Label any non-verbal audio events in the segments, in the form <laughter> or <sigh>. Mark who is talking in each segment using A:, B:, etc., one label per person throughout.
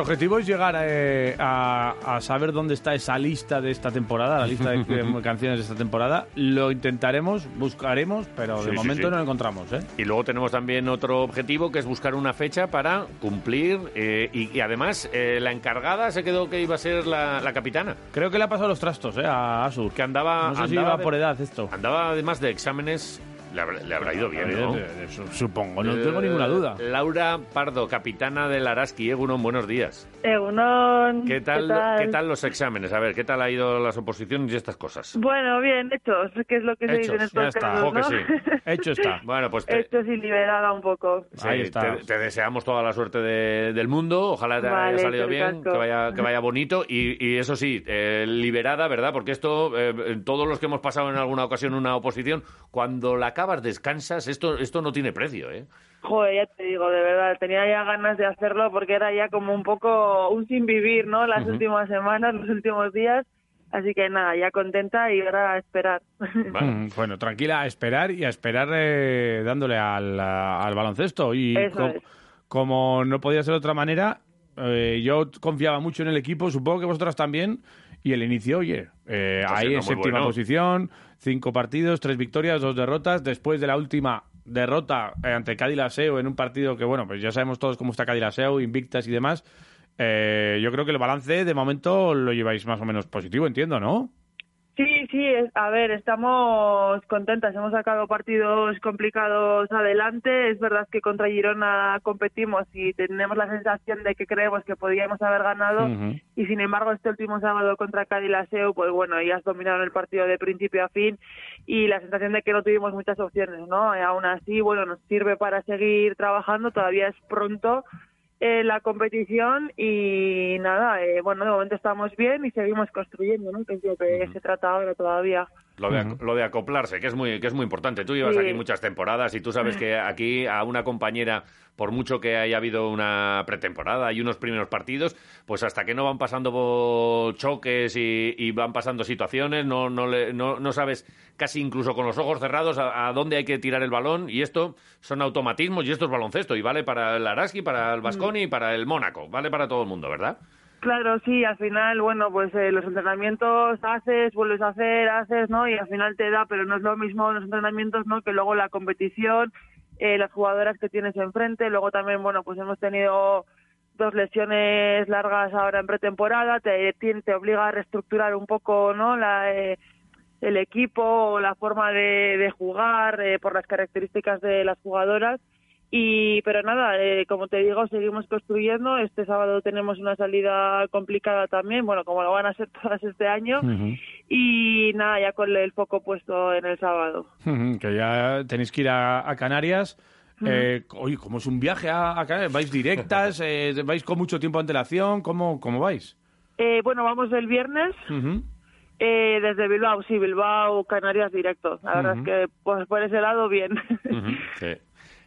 A: objetivo es llegar a, eh, a- a saber dónde está esa lista de esta temporada, la lista
B: <laughs>
A: de eh, canciones de esta temporada. Lo intentaremos, buscaremos, pero
B: Sí,
A: de
B: sí,
A: momento
B: sí.
A: no lo encontramos. ¿eh?
B: Y luego tenemos también otro objetivo que es buscar una fecha para cumplir. eh, y, y además, eh, la encargada se quedó que iba a ser la, la capitana,
A: Creo que le ha pasado los trastos eh, a Asur.
B: que andaba.
A: No sé si
B: Ah, andaba
A: iba
B: de-
A: por edad esto.
B: Andaba además de exámenes. Le habrá, le habrá ido bien, ¿no?
A: Eh, eh, su- Supongo, no tengo ninguna duda.
B: Eh, Laura Pardo, capitana del Araski Egunon, buenos días.
C: Eh, Egunon.
B: ¿Qué tal, ¿Qué tal los exámenes? A ver, ¿qué tal ha ido las oposiciones y estas cosas?
C: Bueno, bien, hechos, que es lo que se dice en el
B: Hechos, ya
C: podcast,
B: está,
C: ¿no?
B: ojo que
C: <laughs>
B: sí.
A: Hecho está.
B: eh. <laughs> Bueno, pues te,
C: hechos y liberada un poco.
B: Sí,
A: Ahí está.
B: Te, te deseamos toda la suerte de- del mundo. Ojalá te haya
C: Vale,
B: salido
C: te
B: bien,
C: casco.
B: que vaya, que vaya bonito. Y, y eso sí, eh, liberada, ¿verdad? Porque esto, eh, todos los que hemos pasado en alguna ocasión una oposición, cuando la acabas descansas, esto, esto no tiene precio, ¿eh?
C: Joder, ya te digo, de verdad, tenía ya ganas de hacerlo porque era ya como un poco un sin vivir, ¿no? Las últimas semanas, <laughs> los últimos días. Así que nada, ya contenta y ahora a esperar.
B: Vale.
A: Mm, Bueno, tranquila, a esperar y a esperar eh, dándole al, a- al baloncesto. Y
C: <laughs> Eso
A: co-
C: es.
A: como no podía ser de otra manera, eh, yo confiaba mucho en el equipo, supongo que vosotras también. Y el inicio, oye, eh,
B: Está
A: ahí
B: siendo
A: en
B: muy
A: séptima
B: bueno.
A: posición, cinco partidos, tres victorias, dos derrotas. Después de la última derrota eh, ante Cádiz-Laseo en un partido que, bueno, pues ya sabemos todos cómo está Cádiz-Laseo, invictas y demás. eh, yo creo que el balance de momento lo lleváis más o menos positivo, entiendo, ¿no?
C: Sí, sí, es- a ver, estamos contentas, hemos sacado partidos complicados adelante, es verdad que contra Girona competimos y tenemos la sensación de que creemos que podíamos haber ganado
A: Ujú.
C: y sin embargo este último sábado contra Cádiz Laseo, pues bueno, ellas dominaron el partido de principio a fin y la sensación de que no tuvimos muchas opciones, ¿no? Y aún así, bueno, nos sirve para seguir trabajando, todavía es pronto eh, la competición y nada, eh, bueno, de momento estamos bien y seguimos construyendo, ¿no? Que es lo que se trata ahora todavía.
B: Lo de, ac- lo de acoplarse, que es muy, que es muy importante. Tú llevas
C: Sí.
B: aquí muchas temporadas y tú sabes que aquí a una compañera, por mucho que haya habido una pretemporada y unos primeros partidos, pues hasta que no van pasando bo- choques y, y van pasando situaciones, no, no, le- no, no sabes casi incluso con los ojos cerrados a, a dónde hay que tirar el balón. Y esto son automatismos y esto es baloncesto. Y vale para el Araski, para el Vasconi y para el Mónaco. Vale para todo el mundo, ¿verdad?
C: Claro, sí, al final, bueno, pues eh, los entrenamientos haces, vuelves a hacer, haces, ¿no? Y al final te da, pero no es lo mismo los entrenamientos, ¿no? Que luego la competición, eh, las jugadoras que tienes enfrente, luego también, bueno, pues hemos tenido dos lesiones largas ahora en pretemporada, te, tien- te obliga a reestructurar un poco, ¿no? La, eh, el equipo o la forma de, de jugar eh, por las características de las jugadoras. Y, pero nada, eh, como te digo, seguimos construyendo. Este sábado tenemos una salida complicada también, bueno, como lo van a ser <laughs> todas este año. Y nada, ya con el foco puesto en el sábado.
A: Ujú, Que ya tenéis que ir a, a Canarias. Eh, oye, ¿cómo es un viaje a, a Canarias? ¿Vais directas? Eh, ¿Vais con mucho tiempo de antelación? ¿Cómo, cómo vais?
C: Eh, bueno, vamos el viernes
A: Ujú.
C: eh, desde Bilbao, sí, Bilbao, Canarias directo. La verdad es que pues, por ese lado, bien.
B: Sí.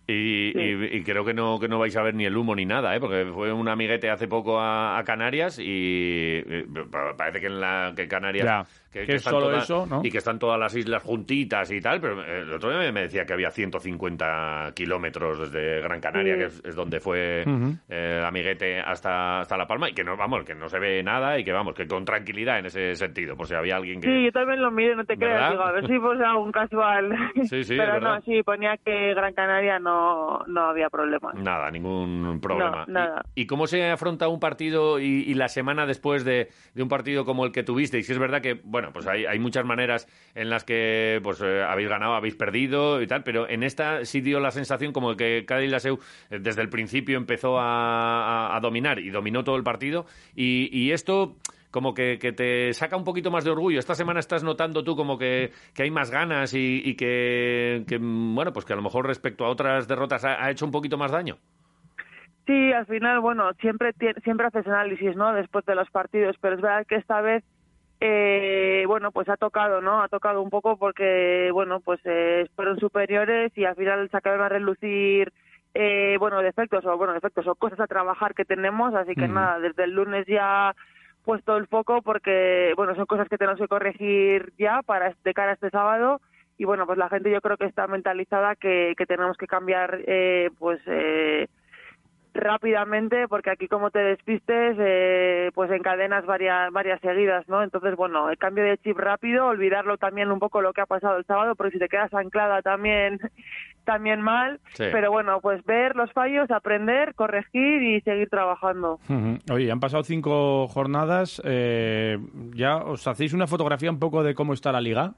B: Y, y- y creo que no, que no vais a ver ni el humo ni nada, ¿eh? porque fue un amiguete hace poco a, a Canarias y eh, pa- parece que en la que Canarias
A: Ya, que es solo
B: todas-
A: eso, ¿no?
B: y que están todas las islas juntitas y tal, pero eh, el otro día me decía que había 150 kilómetros desde Gran Canaria,
C: Sí.
B: que es, es donde fue
A: Ujú.
B: eh, amiguete hasta, hasta La Palma, y que no, vamos, que no se ve nada y que vamos, que con tranquilidad en ese sentido, por si había alguien que...
C: <laughs> Sí, yo también lo miro, no te
B: ¿Verdad?
C: creas. Digo, a ver si pues algún casual.
B: Sí, sí,
C: <laughs> Pero
B: es verdad.
C: no, sí, ponía que Gran Canaria no, no había problema.
B: Nada, ningún problema.
C: No, nada.
B: ¿Y, y cómo se afronta un partido y, y la semana después de, de un partido como el que tuvisteis? Es verdad que, bueno, pues hay, hay muchas maneras en las que pues eh, habéis ganado, habéis perdido y tal, pero en esta sí dio la sensación como que Cádiz la SEU eh, desde el principio empezó a, a- a dominar y dominó todo el partido. Y, y esto como que, que te saca un poquito más de orgullo. Esta semana estás notando tú como que, que hay más ganas y, y que, que, mm, bueno, pues que a lo mejor respecto a otras derrotas ha, ha hecho un poquito más daño.
C: Sí, al final, bueno, siempre tie- siempre haces análisis, ¿no? Después de los partidos, pero es verdad que esta vez, eh, bueno, pues ha tocado, ¿no? Ha tocado un poco porque, bueno, pues eh, fueron superiores y al final sacaron a relucir, eh, bueno, defectos o bueno defectos o cosas a trabajar que tenemos, así que
A: Ujú.
C: nada, desde el lunes ya puesto el foco porque, bueno, son cosas que tenemos que corregir ya para de cara a este sábado y bueno, pues la gente yo creo que está mentalizada que, que tenemos que cambiar, eh, pues. Eh, rápidamente porque aquí como te despistes eh, pues encadenas varias varias seguidas no entonces bueno el cambio de chip rápido olvidarlo también un poco lo que ha pasado el sábado porque si te quedas anclada también <laughs> también mal
B: Sí.
C: pero bueno pues ver los fallos aprender corregir y seguir trabajando
A: Ujú. Oye, han pasado cinco jornadas. eh, ¿Ya os hacéis una fotografía un poco de cómo está la liga?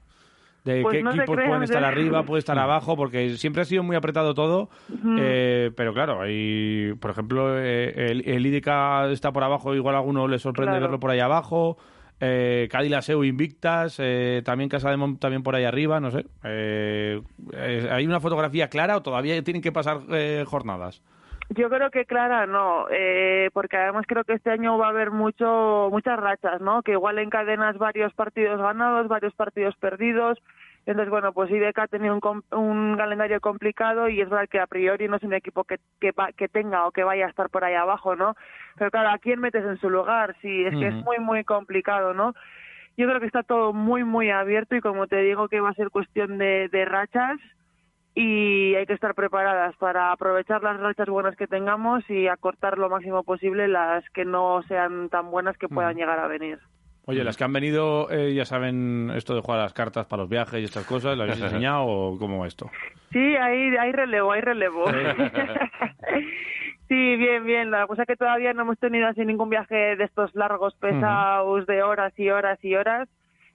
A: ¿De
C: Pues
A: qué
C: no te
A: equipos
C: creas,
A: pueden estar
C: ¿eh?
A: arriba, puede estar abajo? Porque siempre ha sido muy apretado todo. eh, pero claro, hay, por ejemplo, eh, el, el IDK está por abajo, igual a alguno le sorprende
C: Claro.
A: verlo por ahí abajo. Eh, Cádiz Laseu invictas, eh, también Casa de Mon también por ahí arriba, no sé. Eh, eh, ¿Hay una fotografía clara o todavía tienen que pasar eh, jornadas?
C: Yo creo que Clara no, eh, porque además creo que este año va a haber mucho, muchas rachas, ¿no? Que igual encadenas varios partidos ganados, varios partidos perdidos. Entonces, bueno, pues IDK ha tenido un, com- un calendario complicado y es verdad que a priori no es un equipo que, que, va- que tenga o que vaya a estar por ahí abajo, ¿no? Pero claro, ¿a quién metes en su lugar? Sí, es que es
A: Ujú.
C: muy, muy complicado, ¿no? Yo creo que está todo muy, muy abierto y como te digo que va a ser cuestión de, de rachas y hay que estar preparadas para aprovechar las rachas buenas que tengamos y acortar lo máximo posible las que no sean tan buenas que
B: Mm.
C: puedan llegar a venir.
A: Oye, las que han venido, eh, ya saben esto de jugar a las cartas para los viajes y estas cosas, ¿lo
B: <laughs>
A: habéis enseñado o cómo va esto?
C: Sí, hay, hay relevo, hay relevo. <laughs> sí, bien, bien. La cosa es que todavía no hemos tenido así ningún viaje de estos largos, pesados, de horas y horas y horas.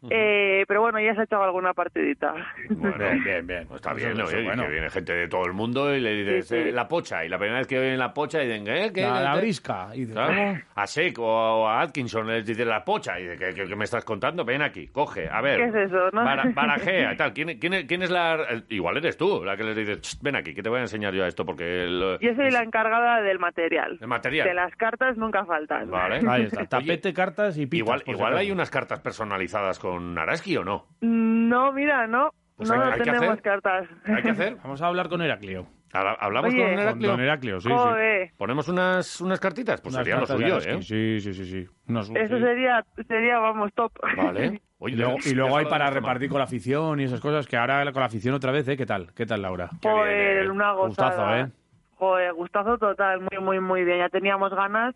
C: Eh, pero bueno, ya se ha hecho alguna partidita. <laughs>
B: <laughs> Bueno,
A: bien, bien.
B: pues está
A: Eso-
B: bien, ¿no?
A: eso,
B: Oye,
A: bueno.
B: que viene gente de todo el mundo y le dices
C: Sí, sí.
B: eh, la pocha. Y la primera vez que oyen la pocha dicen, ¿eh? ¿Qué?
A: La, la
B: ¿Qué?
A: brisca. Y de-
B: Claro. ¿Eh? A Sek o a, o a Atkinson les dice la pocha y dice, ¿qué, qué, qué me estás contando? Ven aquí, coge, a ver.
C: ¿Qué es eso, no? <laughs>
B: bara- barajea, tal. ¿Quién, quién, quién es la...? eh, Igual eres tú la que les dices, "Ch, ven aquí, que te voy a enseñar yo a esto porque... El,
C: Yo soy la encargada del material.
B: el material.
C: De las cartas nunca faltan.
B: Vale.
A: Ahí está. Tapete, cartas y pitas.
B: igual
A: por si
B: igual
A: acaso.
B: hay unas cartas personalizadas con Araski o no.
C: No, mira, no.
B: Pues
C: no
B: hay-
C: no
B: hay que
C: tenemos
B: hacer.
C: cartas.
B: ¿Hay que
C: <laughs>
B: hacer?
A: Vamos a hablar con Heraclio.
B: Habla- Hablamos
C: Oye.
B: con
A: Con
B: Heraclio.
A: don Heraclio, sí, sí.
C: Joder,
B: ¿Ponemos unas, unas cartitas? Pues
A: Unas
B: sería lo
A: cartas
B: suyo,
A: de
B: ¿eh?
A: Araski, Sí, sí, sí. sí. Unas-
C: eso
A: sí.
C: sería, sería, vamos, top. <laughs>
B: <laughs> Vale. Oye, este
A: Y luego,
B: deja-
A: y luego hay
B: déjalo
A: para
B: de nuestra
A: repartir con la afición y esas cosas, que ahora con la afición otra vez, ¿eh? ¿Qué tal? ¿Qué tal, Laura?
B: Qué bien, eh.
C: Joder, una gozada.
A: Gustazo, ¿eh?
C: Joder, gustazo total, muy, muy, muy bien. Ya teníamos ganas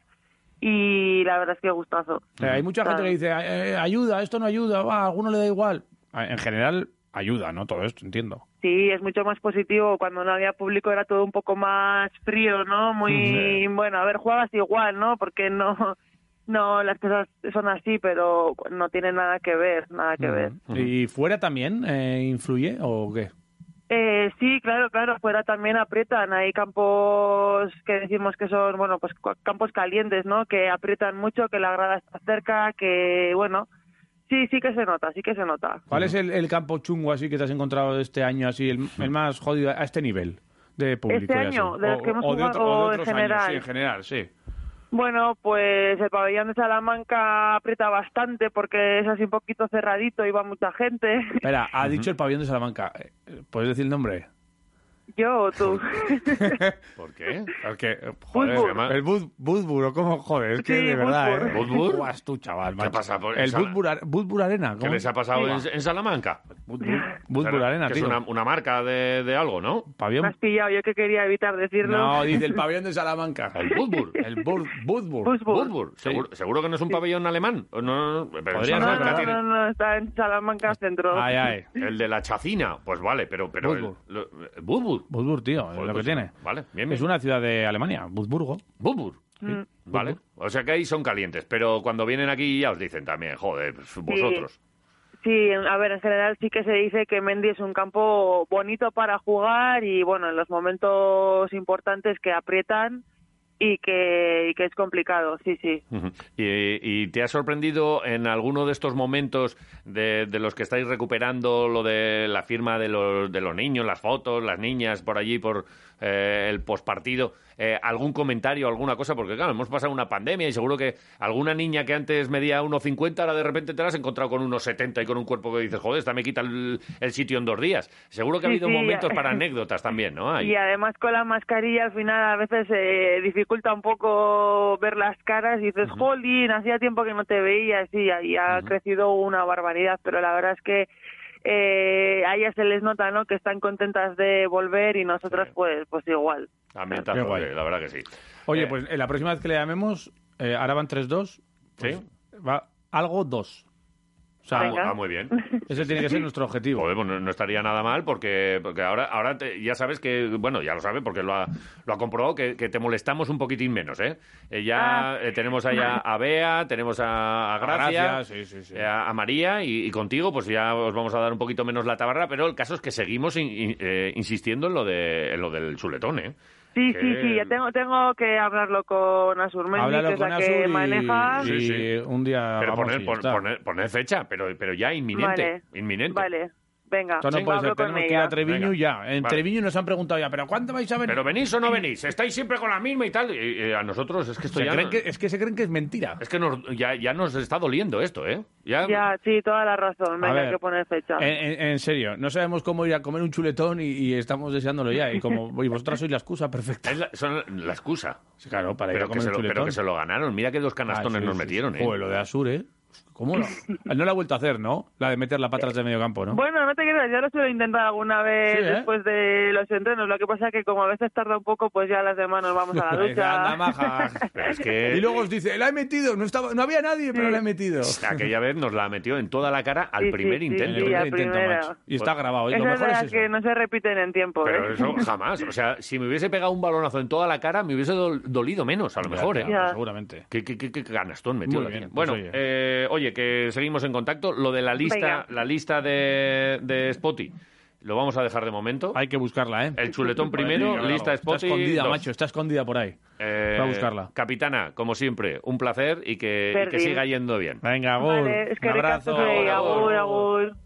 C: y la verdad es que gustazo.
A: Eh, hay mucha gente
C: Claro.
A: que dice, "Eh, ayuda, esto no ayuda, va, a alguno le da igual. A- En general, ayuda, ¿no? Todo esto, entiendo.
C: Sí, es mucho más positivo. Cuando no había público era todo un poco más frío, ¿no? Muy bueno, a ver, juegas igual, ¿no? Porque no, <laughs> no, las cosas son así, pero no tiene nada que ver, nada que ver.
A: Ujú. ¿Y fuera también eh, influye o qué?
C: Eh, sí, claro, claro, fuera también aprietan. Hay campos que decimos que son, bueno, pues cua- campos calientes, ¿no? Que aprietan mucho, que la grada está cerca, que, bueno, sí, sí que se nota, sí que se nota.
A: ¿Cuál es el, el campo chungo así que te has encontrado este año, así el, el más jodido a este nivel de público?
C: ¿Este
A: y así?
C: año? ¿De los
A: O-
C: que hemos
A: o de
C: jugado
A: otro- o de
C: en
A: otros años,
C: general?
A: sí, en general, sí.
C: Bueno, pues el pabellón de Salamanca aprieta bastante porque es así un poquito cerradito y va mucha gente. <laughs>
A: Espera, ha dicho el pabellón de Salamanca. Eh, ¿Puedes decir el nombre?
C: Yo
B: <laughs>
C: o tú.
B: cama. ¿Por qué?
A: Porque, eh, joder,
C: Budbur.
A: se llama- el Bud- Budbur, ¿o ¿cómo joder? Es que
C: Sí,
A: de verdad,
C: Budbur.
A: ¿eh?
B: ¿Budbur?
A: Guas tú, chaval, macho.
B: pasa por
A: el
B: esa-
A: Budbur, Ar- Budbur Arena.
B: ¿Qué
A: ¿cómo?
B: les ha pasado en, en Salamanca?
A: Budbur,
B: O sea,
A: Budbur Arena,
B: que
A: tío.
B: Es una, una marca de, de algo, ¿no?
C: Me
A: Pabellón-
C: has pillado, yo que quería evitar decirlo.
A: No, dice el pabellón de Salamanca.
B: <laughs> El Budbur.
A: El Bur- Budbur.
C: Bus- Budbur.
B: Budbur. ¿Seguro, seguro que no es un pabellón alemán? No, no, no, pero en
A: Podría ser,
C: no,
B: Salamanca
C: no,
A: ¿verdad?
B: tiene-
C: no, no, está en Salamanca Centro.
A: Ay, ay.
B: El de la chacina, pues vale, pero... pero el-
A: Budbur.
B: lo- eh, Budbur.
A: Budbur, tío, es
B: Joder,
A: lo que
B: pues,
A: tiene.
B: Vale, bien,
A: Es
B: bien.
A: una ciudad de Alemania, Budburgo.
B: Budbur.
C: Mm.
B: Vale. O sea que ahí son calientes, pero cuando vienen aquí ya os dicen también, joder, pues vosotros.
C: Sí, en- a ver, en general sí que se dice que Mendy es un campo bonito para jugar y bueno, en los momentos importantes que aprietan y que, y que es complicado, sí, sí.
B: Ujú. ¿Y, y te ha sorprendido en alguno de estos momentos de, de los que estáis recuperando lo de la firma de los, de los niños, las fotos, las niñas por allí, por eh, el pospartido, eh, algún comentario, alguna cosa? Porque claro, hemos pasado una pandemia y seguro que alguna niña que antes medía 1,50 ahora de repente te la has encontrado con 1,70 y con un cuerpo que dices, joder, esta me quita el, el sitio en dos días. Seguro que ha
C: Sí,
B: habido
C: sí,
B: momentos
C: ya. <laughs>
B: para anécdotas también, ¿no? Ahí.
C: Y además con la mascarilla al final a veces eh, dificulta un poco ver las caras y dices, jolín, hacía tiempo que no te veía, sí, y ha crecido una barbaridad, pero la verdad es que eh, a ellas se les nota ¿no? que están contentas de volver y nosotras
B: Sí.
C: pues, pues igual.
B: Ambientazo,
A: Qué guay.
B: eh, la verdad que sí.
A: Oye,
B: Eh,
A: pues eh, la próxima vez que le llamemos, eh, ahora van 3-2. pues,
B: Sí.
A: Va algo 2. O sea,
B: Ah,
C: Venga.
B: ah, muy
C: <laughs>
B: bien.
A: ese tiene que ser nuestro objetivo.
B: Joder, pues no, no estaría nada mal porque, porque ahora, ahora te- ya sabes que, bueno, ya lo sabe porque lo ha, lo ha comprobado, que, que te molestamos un poquitín menos, ¿eh? Eh, ya
C: Ah.
B: eh, tenemos ahí a, a Bea, tenemos a, a Gracia,
A: Gracias, sí, sí, sí.
B: eh, a, a María y, y contigo, pues ya os vamos a dar un poquito menos la tabarra, pero el caso es que seguimos in- in- eh, insistiendo en lo, de, en lo del chuletón, ¿eh?
C: Sí,
B: Que-
C: sí, sí, ya tengo, tengo que hablarlo con Asur Mendy, que
A: Háblalo
C: es la
A: con
C: que
A: Asur y,
C: maneja.
A: y
B: Sí, sí.
A: un día
B: Pero
A: Ah, vamos
B: poner,
A: y ya
B: pon-
A: está.
B: poner- poner fecha, pero, pero ya inminente,
C: Vale.
B: inminente.
C: Vale, venga,
A: Esto no
C: venga,
A: puede ser,
C: hablo con
A: tenemos que ir
C: ella.
A: a Treviño
B: Venga.
A: ya. En
B: Vale.
A: Treviño nos han preguntado ya, ¿pero cuándo vais a venir?
B: ¿Pero venís o no venís? Estáis siempre con la misma y tal. Y, eh, a nosotros es que esto
A: Se
B: ya...
A: creen
B: no-
A: que- es que se creen que es mentira.
B: Es que nos, ya, ya nos está doliendo esto, ¿eh? Ya,
C: Ya, sí, toda la razón, venga,
A: ver. Eh,
C: hay que poner fecha.
A: En, en- en serio, no sabemos cómo ir a comer un chuletón y, y estamos deseándolo ya. Y como y vosotras sois la excusa perfecta.
B: es la, son la excusa.
A: Sí, Claro, para ir a
B: Pero que,
A: comer
B: se
A: un
B: lo, pero
A: chuletón.
B: que se lo ganaron. Mira que dos canastones
A: Ah, sí,
B: nos
A: sí,
B: metieron,
A: sí.
B: ¿eh?
A: Joder, lo de Asur, ¿eh? ¿Cómo no? No la ha vuelto a hacer, ¿no? La de meter la para
B: Eh,
A: atrás de medio campo, ¿no?
C: Bueno, no te creas, ya lo suelo intentar alguna vez
A: Sí, ¿eh?
C: después de los entrenos. Lo que pasa es que como a veces tarda un poco, pues ya las demás nos vamos a
A: <laughs>
C: la
A: Ahí está,
C: ducha.
A: Pues anda,
C: <laughs>
A: maja.
B: Pero es que
A: Y luego os dice, la he metido, no, estaba, no había nadie, pero la he metido.
B: aquella vez nos la metió en toda la cara al
C: Sí, sí,
B: primer
C: sí,
A: En
B: intento.
A: el
C: sí,
A: primer
C: al
A: intento,
C: primero.
A: macho. Y
B: Pues
A: está grabado, ¿eh?
C: Esas
A: lo mejor
C: de
A: es
C: las
A: eso.
C: que no se repiten en tiempo,
B: Pero
C: ¿eh?
B: eso jamás. O sea, si me hubiese pegado un balonazo en toda la cara, me hubiese dol- dolido menos, a lo mejor, ¿eh?
A: Ya,
C: Ya.
A: Seguramente.
B: ¿Qué, qué, qué, qué canastón metió
A: Muy
B: la
A: bien,
B: tía.
A: pues
B: Bueno,
A: oye.
B: eh, oye, que seguimos en contacto. Lo de la lista,
C: Venga.
B: la lista de, de Spotty, lo vamos a dejar de momento.
A: Hay que buscarla, ¿eh?
B: El chuletón primero,
A: Madre mía,
B: lista
A: claro.
B: Spotty.
A: Está escondida,
B: dos.
A: macho, está escondida por ahí.
B: Eh,
A: Voy a buscarla.
B: Capitana, como siempre, un placer y que, y que
C: Perdín.
B: siga yendo bien.
A: Venga, Gol.
C: Vale, es que
A: un abrazo.
C: Ricardo, sí,
B: agur,
C: agur, agur.